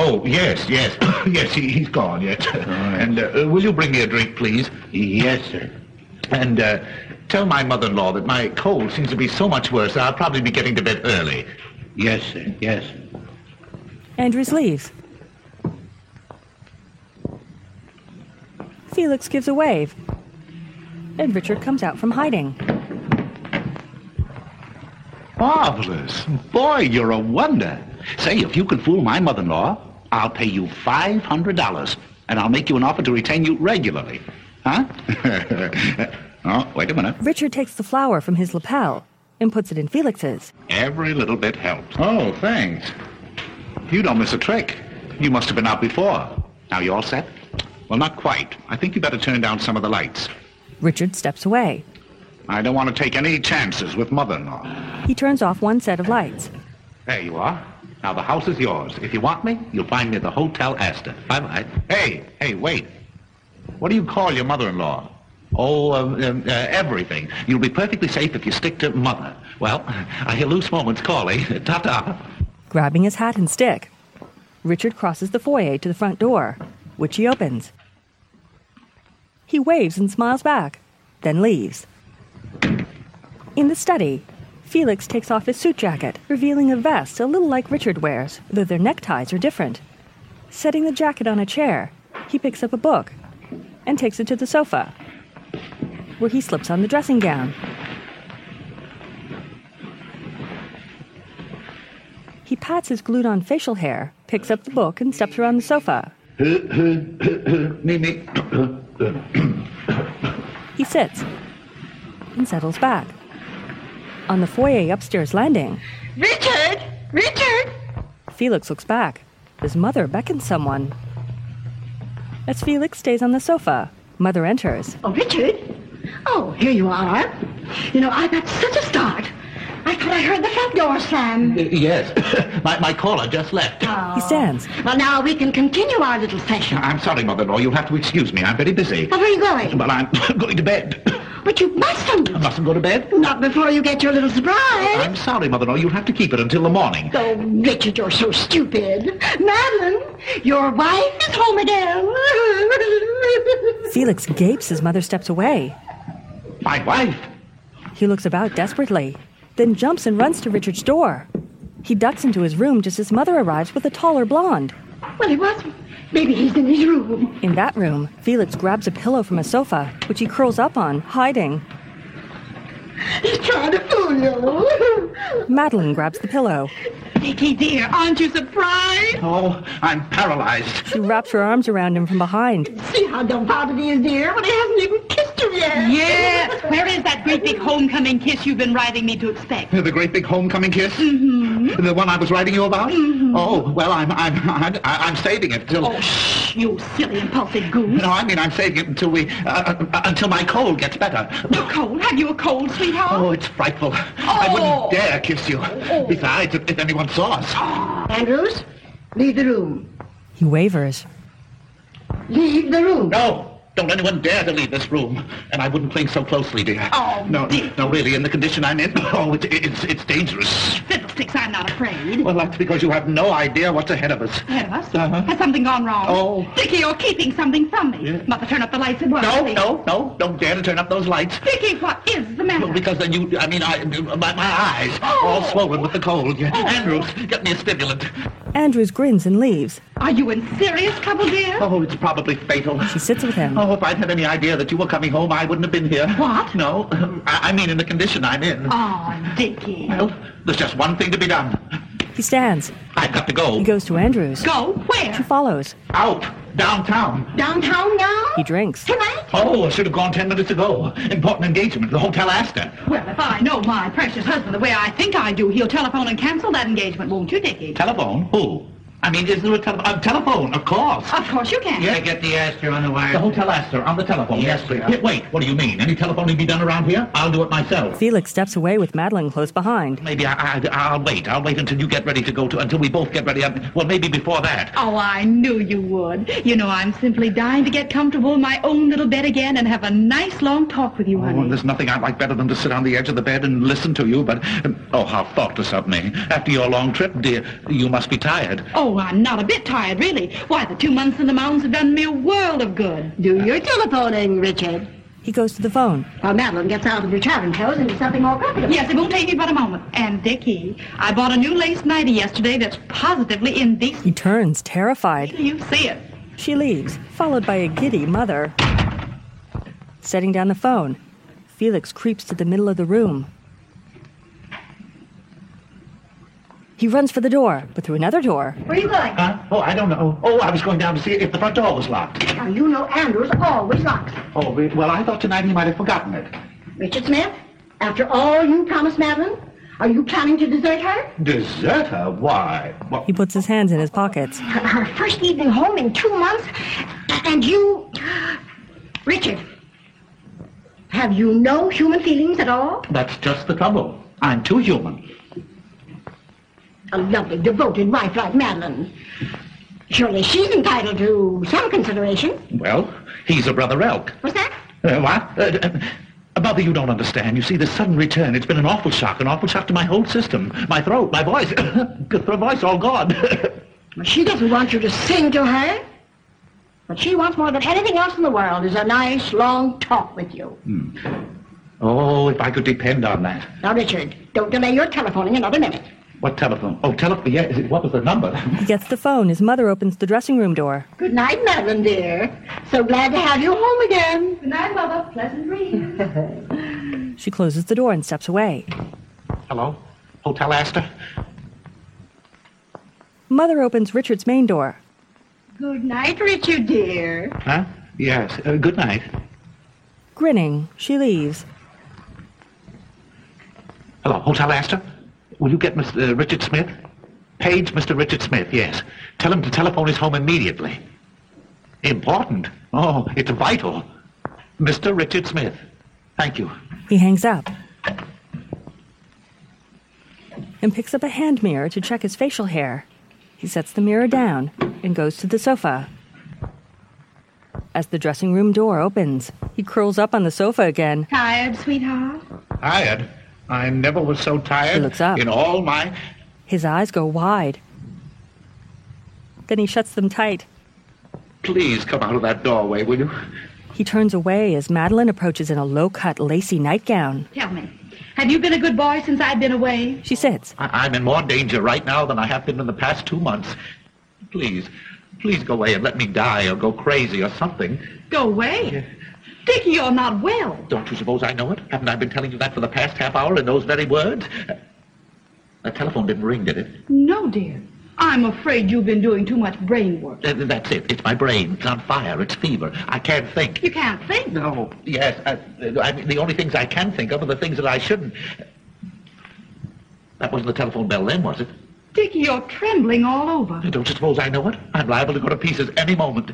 Speaker 7: Oh, yes, yes. yes, he, he's gone, yes. And uh, uh, will you bring me a drink, please?
Speaker 3: Yes, sir.
Speaker 7: And uh, tell my mother-in-law that my cold seems to be so much worse that I'll probably be getting to bed early.
Speaker 3: Yes, sir. Yes.
Speaker 2: Andrews leaves. Felix gives a wave, and Richard comes out from hiding.
Speaker 7: Marvelous. Boy, you're a wonder. Say, if you can fool my mother-in-law, I'll pay you $500, and I'll make you an offer to retain you regularly. Huh? oh, wait a minute.
Speaker 2: Richard takes the flower from his lapel and puts it in Felix's.
Speaker 7: Every little bit helps. Oh, thanks. You don't miss a trick. You must have been out before. Now, you all set? Well, not quite. I think you better turn down some of the lights.
Speaker 2: Richard steps away.
Speaker 7: I don't want to take any chances with mother-in-law.
Speaker 2: He turns off one set of lights.
Speaker 7: There you are. Now, the house is yours. If you want me, you'll find me at the Hotel Astor. Bye-bye. Hey, hey, wait. What do you call your mother-in-law? Oh, um, um, uh, everything. You'll be perfectly safe if you stick to mother. Well, I hear loose moments calling. Ta-ta.
Speaker 2: Grabbing his hat and stick, Richard crosses the foyer to the front door, which he opens. He waves and smiles back, then leaves. In the study, Felix takes off his suit jacket, revealing a vest a little like Richard wears, though their neckties are different. Setting the jacket on a chair, he picks up a book and takes it to the sofa, where he slips on the dressing gown. He pats his glued on facial hair, picks up the book, and steps around the sofa.
Speaker 3: Mimi.
Speaker 2: He sits and settles back. On the foyer upstairs landing,
Speaker 6: Richard! Richard!
Speaker 2: Felix looks back. His mother beckons someone. As Felix stays on the sofa, Mother enters.
Speaker 6: Oh, Richard! Oh, here you are. You know, I got such a start. I thought I heard the front door slam.
Speaker 7: Yes, my, my caller just left.
Speaker 2: He stands.
Speaker 6: Well, now we can continue our little session.
Speaker 7: I'm sorry, Mother-in-law. You'll have to excuse me. I'm very busy.
Speaker 6: Now, where are you going?
Speaker 7: Well, I'm going to bed.
Speaker 6: But you mustn't.
Speaker 7: I mustn't go to bed.
Speaker 6: Not before you get your little surprise.
Speaker 7: I'm sorry, Mother-in-law. You'll have to keep it until the morning.
Speaker 6: Oh, Richard, you're so stupid. Madeline, your wife is home again.
Speaker 2: Felix gapes as Mother steps away.
Speaker 7: My wife.
Speaker 2: He looks about desperately, then jumps and runs to Richard's door. He ducks into his room just as Mother arrives with a taller blonde.
Speaker 6: well, he wasn't. Maybe he's in his room.
Speaker 2: In that room, Felix grabs a pillow from a sofa, which he curls up on, hiding.
Speaker 6: He's trying to fool you.
Speaker 2: Madeline grabs the pillow.
Speaker 6: Nicky, dear, aren't you surprised?
Speaker 7: Oh, I'm paralyzed.
Speaker 2: She wraps her arms around him from behind.
Speaker 6: See how dumbfounded he is, dear, when he hasn't even kissed you yet.
Speaker 4: Yes, where is that great big homecoming kiss you've been writing me to expect?
Speaker 7: The great big homecoming kiss? Mm-hmm. The one I was writing you about? Mm-hmm. Oh, well, I'm, I'm, I'm, I'm saving it till...
Speaker 4: Oh, shh, you silly impulsive goose.
Speaker 7: No, I mean, I'm saving it until we... Uh, uh, until my cold gets better.
Speaker 4: You're cold. Have you a cold,
Speaker 7: Oh,
Speaker 4: sweetheart?
Speaker 7: it's frightful. I
Speaker 4: Oh.
Speaker 7: wouldn't dare kiss you. Besides, if, if anyone saw us...
Speaker 4: Oh,
Speaker 6: Andrews, leave the room.
Speaker 2: He wavers.
Speaker 6: Leave the room.
Speaker 7: No, don't anyone dare to leave this room. And I wouldn't cling so closely, dear.
Speaker 4: Oh,
Speaker 7: no,
Speaker 4: dear.
Speaker 7: no, really, in the condition I'm in, oh, it, it's, it's dangerous.
Speaker 4: Fiddlesticks, I'm not afraid.
Speaker 7: Well, that's because you have no idea what's ahead of us.
Speaker 4: Ahead of us?
Speaker 7: Uh-huh.
Speaker 4: Has something gone wrong?
Speaker 7: Oh.
Speaker 4: Dickie, you're keeping something from me.
Speaker 7: Yeah.
Speaker 4: Mother, turn up the lights at once.
Speaker 7: No,
Speaker 4: please.
Speaker 7: no, no, don't dare to turn up those lights.
Speaker 4: Dickie, what is the matter?
Speaker 7: Well, because then you, I mean, I, my, my eyes, all swollen with the cold. Andrews, get me a stimulant.
Speaker 2: Andrews grins and leaves.
Speaker 4: Are you in serious trouble, dear?
Speaker 7: Oh, it's probably fatal.
Speaker 2: She sits with him.
Speaker 7: Oh, if I'd had any idea that you were coming home, I wouldn't have been here.
Speaker 4: What?
Speaker 7: No, I, I mean in the condition I'm in.
Speaker 4: Oh, Dickie.
Speaker 7: Well, there's just one thing to be done.
Speaker 2: He stands.
Speaker 7: I've got to
Speaker 2: He
Speaker 7: go.
Speaker 2: goes to Andrews.
Speaker 4: Go where?
Speaker 2: She follows.
Speaker 7: Out, downtown.
Speaker 6: Downtown now?
Speaker 2: He drinks.
Speaker 6: Tonight?
Speaker 7: Oh, I should have gone ten minutes ago. Important engagement, the Hotel Astor.
Speaker 4: Well, if I know my precious husband the way I think I do, he'll telephone and cancel that engagement, won't you, Dickie?
Speaker 7: Telephone? Who?
Speaker 9: I mean, is there a telephone?
Speaker 7: A telephone, of course.
Speaker 4: Of course you can.
Speaker 9: Yeah, get the Astor on the wire.
Speaker 7: The Hotel Astor on the telephone.
Speaker 9: Yes, sir.
Speaker 7: Yeah, wait, what do you mean? Any telephoning be done around here? I'll do it myself.
Speaker 2: Felix steps away with Madeline close behind.
Speaker 7: Maybe I, I, I'll wait. I'll wait until you get ready to go to, until we both get ready. Um, Well, maybe before that.
Speaker 4: Oh, I knew you would. You know, I'm simply dying to get comfortable in my own little bed again and have a nice long talk with you, honey.
Speaker 7: Oh, there's nothing I like better than to sit on the edge of the bed and listen to you, but, um, oh, how thoughtless of me. After your long trip, dear, you must be tired.
Speaker 4: Oh, I'm not a bit tired, really. Why, the two months in the mountains have done me a world of good.
Speaker 6: Do your telephoning, Richard.
Speaker 2: He goes to the phone.
Speaker 6: While Madeline gets out of her traveling clothes into something more comfortable.
Speaker 4: Yes, it won't take me but a moment. And, Dickie, I bought a new lace nightie yesterday that's positively indecent.
Speaker 2: He turns, terrified.
Speaker 4: You see it.
Speaker 2: She leaves, followed by a giddy mother. Setting down the phone, Felix creeps to the middle of the room. He runs for the door, but through another door.
Speaker 6: Where are you going?
Speaker 7: Huh? Oh, I don't know. Oh, I was going down to see if the front door was locked.
Speaker 6: Now, you know Andrews always locks. it.
Speaker 7: Oh, we- well, I thought tonight he might have forgotten it.
Speaker 6: Richard Smith, after all you promised Madeline, are you planning to desert her?
Speaker 7: Deserter? Why? What?
Speaker 2: He puts his hands in his pockets.
Speaker 6: Her first evening home in two months, and you... Richard, have you no human feelings at all?
Speaker 7: That's just the trouble. I'm too human.
Speaker 6: A lovely, devoted wife like Madeline. Surely she's entitled to some consideration.
Speaker 7: Well, he's a brother elk.
Speaker 6: What's that?
Speaker 7: Uh, what? Uh, uh, uh, Mother, you don't understand. You see, this sudden return, it's been an awful shock, an awful shock to my whole system. My throat, my voice, my voice oh all gone.
Speaker 6: Well, she doesn't want you to sing to her. What she wants more than anything else in the world is a nice, long talk with you.
Speaker 7: oh, if I could depend on that.
Speaker 6: Now, Richard, don't delay your telephoning another minute.
Speaker 7: What telephone? Oh, telephone, yeah. is it- What was the number?
Speaker 2: He gets the phone. His mother opens the dressing room door.
Speaker 6: Good night, Madeline, dear. So glad to have you home again.
Speaker 10: Good night, Mother. Pleasant dreams.
Speaker 2: She closes the door and steps away.
Speaker 7: Hello? Hotel Astor?
Speaker 2: Mother opens Richard's main door.
Speaker 6: Good night, Richard, dear.
Speaker 7: Huh? Yes. Uh, good night.
Speaker 2: Grinning, she leaves.
Speaker 7: Hello, Hotel Astor? Will you get Mr. Richard Smith? Page Mr. Richard Smith, yes. Tell him to telephone his home immediately. Important. Oh, it's vital. Mr. Richard Smith. Thank you.
Speaker 2: He hangs up and picks up a hand mirror to check his facial hair. He sets the mirror down and goes to the sofa. As the dressing room door opens, he curls up on the sofa again.
Speaker 5: Tired, sweetheart?
Speaker 7: Tired? I never was so tired
Speaker 2: He looks up.
Speaker 7: in all my.
Speaker 2: His eyes go wide. Then he shuts them tight.
Speaker 7: Please come out of that doorway, will you?
Speaker 2: He turns away as Madeline approaches in a low cut, lacy nightgown.
Speaker 5: Tell me, have you been a good boy since I've been away?
Speaker 2: She sits.
Speaker 7: I- I'm in more danger right now than I have been in the past two months. Please, please go away and let me die or go crazy or something.
Speaker 4: Go away. Dickie, you're not well.
Speaker 7: Don't you suppose I know it? Haven't I been telling you that for the past half hour in those very words? The telephone didn't ring, did it?
Speaker 4: No, dear. I'm afraid you've been doing too much brain work.
Speaker 7: Uh, That's it. It's my brain. It's on fire. It's fever. I can't think.
Speaker 4: You can't think.
Speaker 7: No. Yes. I, I mean, the only things I can think of are the things that I shouldn't. That wasn't the telephone bell then, was it?
Speaker 4: Dickie, you're trembling all over.
Speaker 7: Don't you suppose I know it? I'm liable to go to pieces any moment.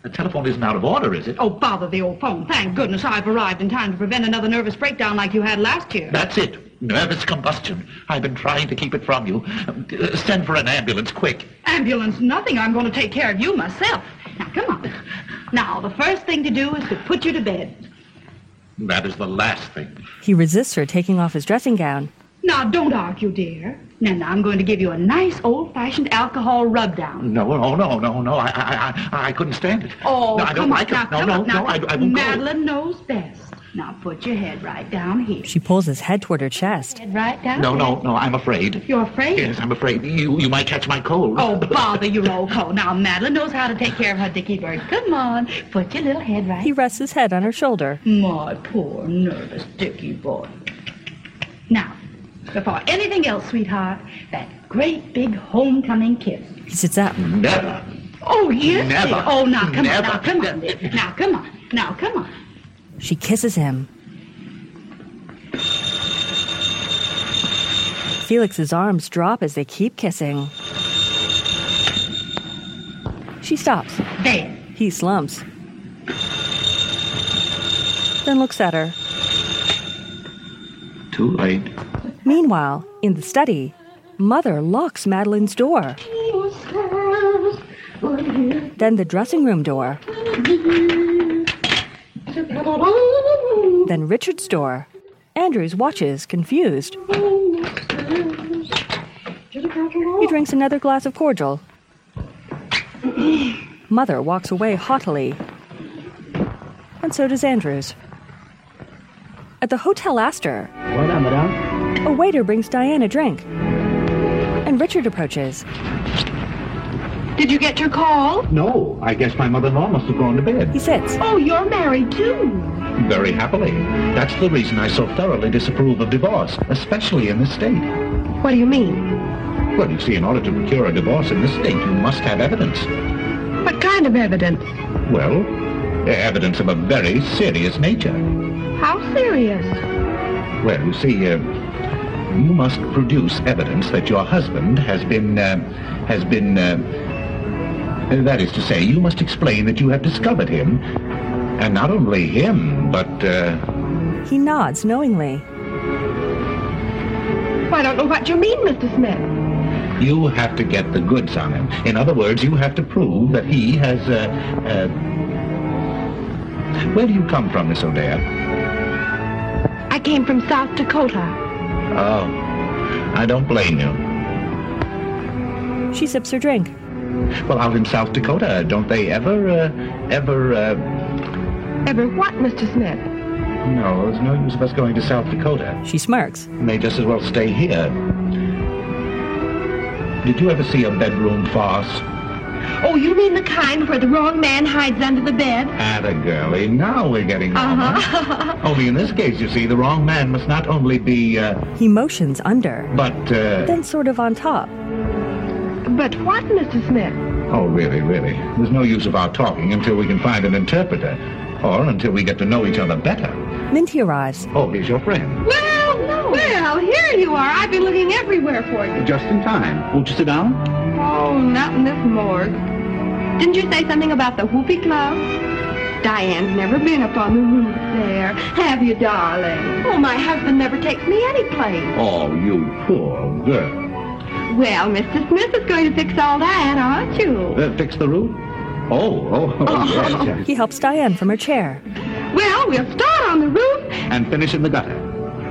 Speaker 7: The telephone isn't out of order, is it?
Speaker 4: Oh, bother the old phone. Thank goodness I've arrived in time to prevent another nervous breakdown like you had last year.
Speaker 7: That's it. Nervous combustion. I've been trying to keep it from you. Uh, Send for an ambulance, quick.
Speaker 4: Ambulance, nothing. I'm going to take care of you myself. Now, come on. Now, the first thing to do is to put you to bed.
Speaker 7: That is the last thing.
Speaker 2: He resists her taking off his dressing gown.
Speaker 4: Now, don't argue, dear. Now, now, I'm going to give you a nice old-fashioned alcohol rub down.
Speaker 7: No, no, no, no, no. I, I, I, I couldn't stand it.
Speaker 4: Oh,
Speaker 7: no, I
Speaker 4: come
Speaker 7: don't
Speaker 4: on.
Speaker 7: like
Speaker 4: now,
Speaker 7: it. No,
Speaker 4: come
Speaker 7: no,
Speaker 4: on. Now,
Speaker 7: no. I, I won't go.
Speaker 4: Madeline knows best. Now, put your head right down here.
Speaker 2: She pulls his head toward her chest.
Speaker 4: Head right down.
Speaker 7: No,
Speaker 4: here.
Speaker 7: no, no. I'm afraid.
Speaker 4: You're afraid?
Speaker 7: Yes, I'm afraid. You, you might catch my cold.
Speaker 4: Oh, bother you, old coat. Now, Madeline knows how to take care of her Dickie bird. Come on. Put your little head right
Speaker 2: He rests his head on her shoulder.
Speaker 4: My poor, nervous Dickie boy. Now, before anything else, sweetheart, that great big homecoming kiss.
Speaker 2: He sits up.
Speaker 7: Never.
Speaker 4: Oh, yes.
Speaker 7: Never.
Speaker 4: dear. Oh, now, come
Speaker 7: Never.
Speaker 4: on. Now, come on. dear. Now, come on. Now, come on.
Speaker 2: She kisses him. Felix's arms drop as they keep kissing. She stops.
Speaker 4: There.
Speaker 2: He slumps. Then looks at her.
Speaker 7: Too late.
Speaker 2: Meanwhile, in the study, Mother locks Madeline's door, then the dressing room door, then Richard's door. Andrews watches, confused. He drinks another glass of cordial. Mother walks away haughtily. And so does Andrews. At the Hotel Astor, a waiter brings Diane a drink. And Richard approaches.
Speaker 4: Did you get your call?
Speaker 7: No, I guess my mother-in-law must have gone to bed.
Speaker 2: He sits.
Speaker 4: Oh, you're married, too.
Speaker 7: Very happily. That's the reason I so thoroughly disapprove of divorce, especially in this state.
Speaker 5: What do you mean?
Speaker 7: Well, you see, in order to procure a divorce in this state, you must have evidence.
Speaker 5: What kind of evidence?
Speaker 7: Well, evidence of a very serious nature.
Speaker 5: How serious?
Speaker 7: Well, you see, uh, you must produce evidence that your husband has been, uh, has been, uh, uh, that is to say, you must explain that you have discovered him, and not only him, but, uh,
Speaker 2: He nods knowingly.
Speaker 5: I don't know what you mean, Mr. Smith.
Speaker 7: you have to get the goods on him. In other words, you have to prove that he has, uh, uh... Where do you come from, Miss O'Dare?
Speaker 5: I came from South Dakota.
Speaker 7: Oh, I don't blame you.
Speaker 2: She sips her drink.
Speaker 7: Well, out in South Dakota, don't they ever, uh, ever, uh,
Speaker 5: Ever what, Mr. Smith?
Speaker 7: no, there's no use of us going to South Dakota.
Speaker 2: She smirks.
Speaker 7: May just as well stay here. Did you ever see a bedroom farce?
Speaker 5: Oh, you mean the kind where the wrong man hides under the bed?
Speaker 7: Atta girlie, now we're getting on.
Speaker 5: Uh-huh.
Speaker 7: Only in this case, you see, the wrong man must not only be, uh,
Speaker 2: He motions under,
Speaker 7: but, uh,
Speaker 2: then sort of on top.
Speaker 5: but what, Mr. Smith?
Speaker 7: oh, really, really. There's no use of our talking until we can find an interpreter, or until we get to know each other better.
Speaker 2: Minty arrives.
Speaker 7: Oh, here's your friend.
Speaker 4: Well, no. Well, here you are. I've been looking everywhere for you.
Speaker 8: Just in time. Won't you sit down?
Speaker 4: Oh, not in this morgue. Didn't you say something about the Whoopee Club? Diane's never been up on the roof there, have you, darling? Oh, my husband never takes me anyplace.
Speaker 8: Oh, you poor girl.
Speaker 4: Well, Mr. Smith is going to fix all that, aren't you?
Speaker 8: Uh, fix the roof? Oh, oh, yes, yes.
Speaker 2: He helps Diane from her chair.
Speaker 4: Well, we'll start on the roof.
Speaker 8: And finish in the gutter.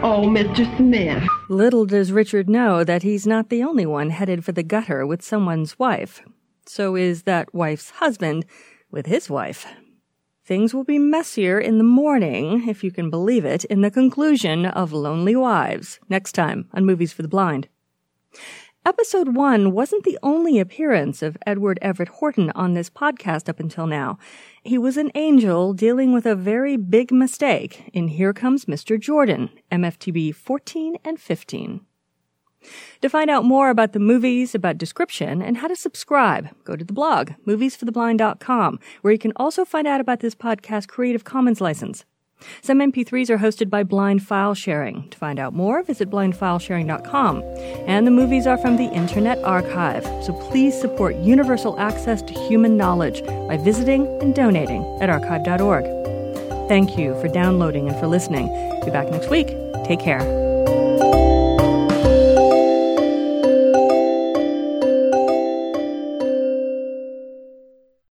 Speaker 4: Oh, Mr. Smith.
Speaker 2: Little does Richard know that he's not the only one headed for the gutter with someone's wife. So is that wife's husband with his wife. Things will be messier in the morning, if you can believe it, in the conclusion of Lonely Wives, next time on Movies for the Blind. Episode 1 wasn't the only appearance of Edward Everett Horton on this podcast up until now. He was an angel dealing with a very big mistake in Here Comes Mr. Jordan, MFTB 14 and 15. To find out more about the movies, about description, and how to subscribe, go to the blog, moviesfortheblind.com, where you can also find out about this podcast's Creative Commons license. Some MP3s are hosted by Blind File Sharing. To find out more, visit blindfilesharing.com. And the movies are from the Internet Archive, so please support universal access to human knowledge by visiting and donating at archive.org. Thank you for downloading and for listening. Be back next week. Take care.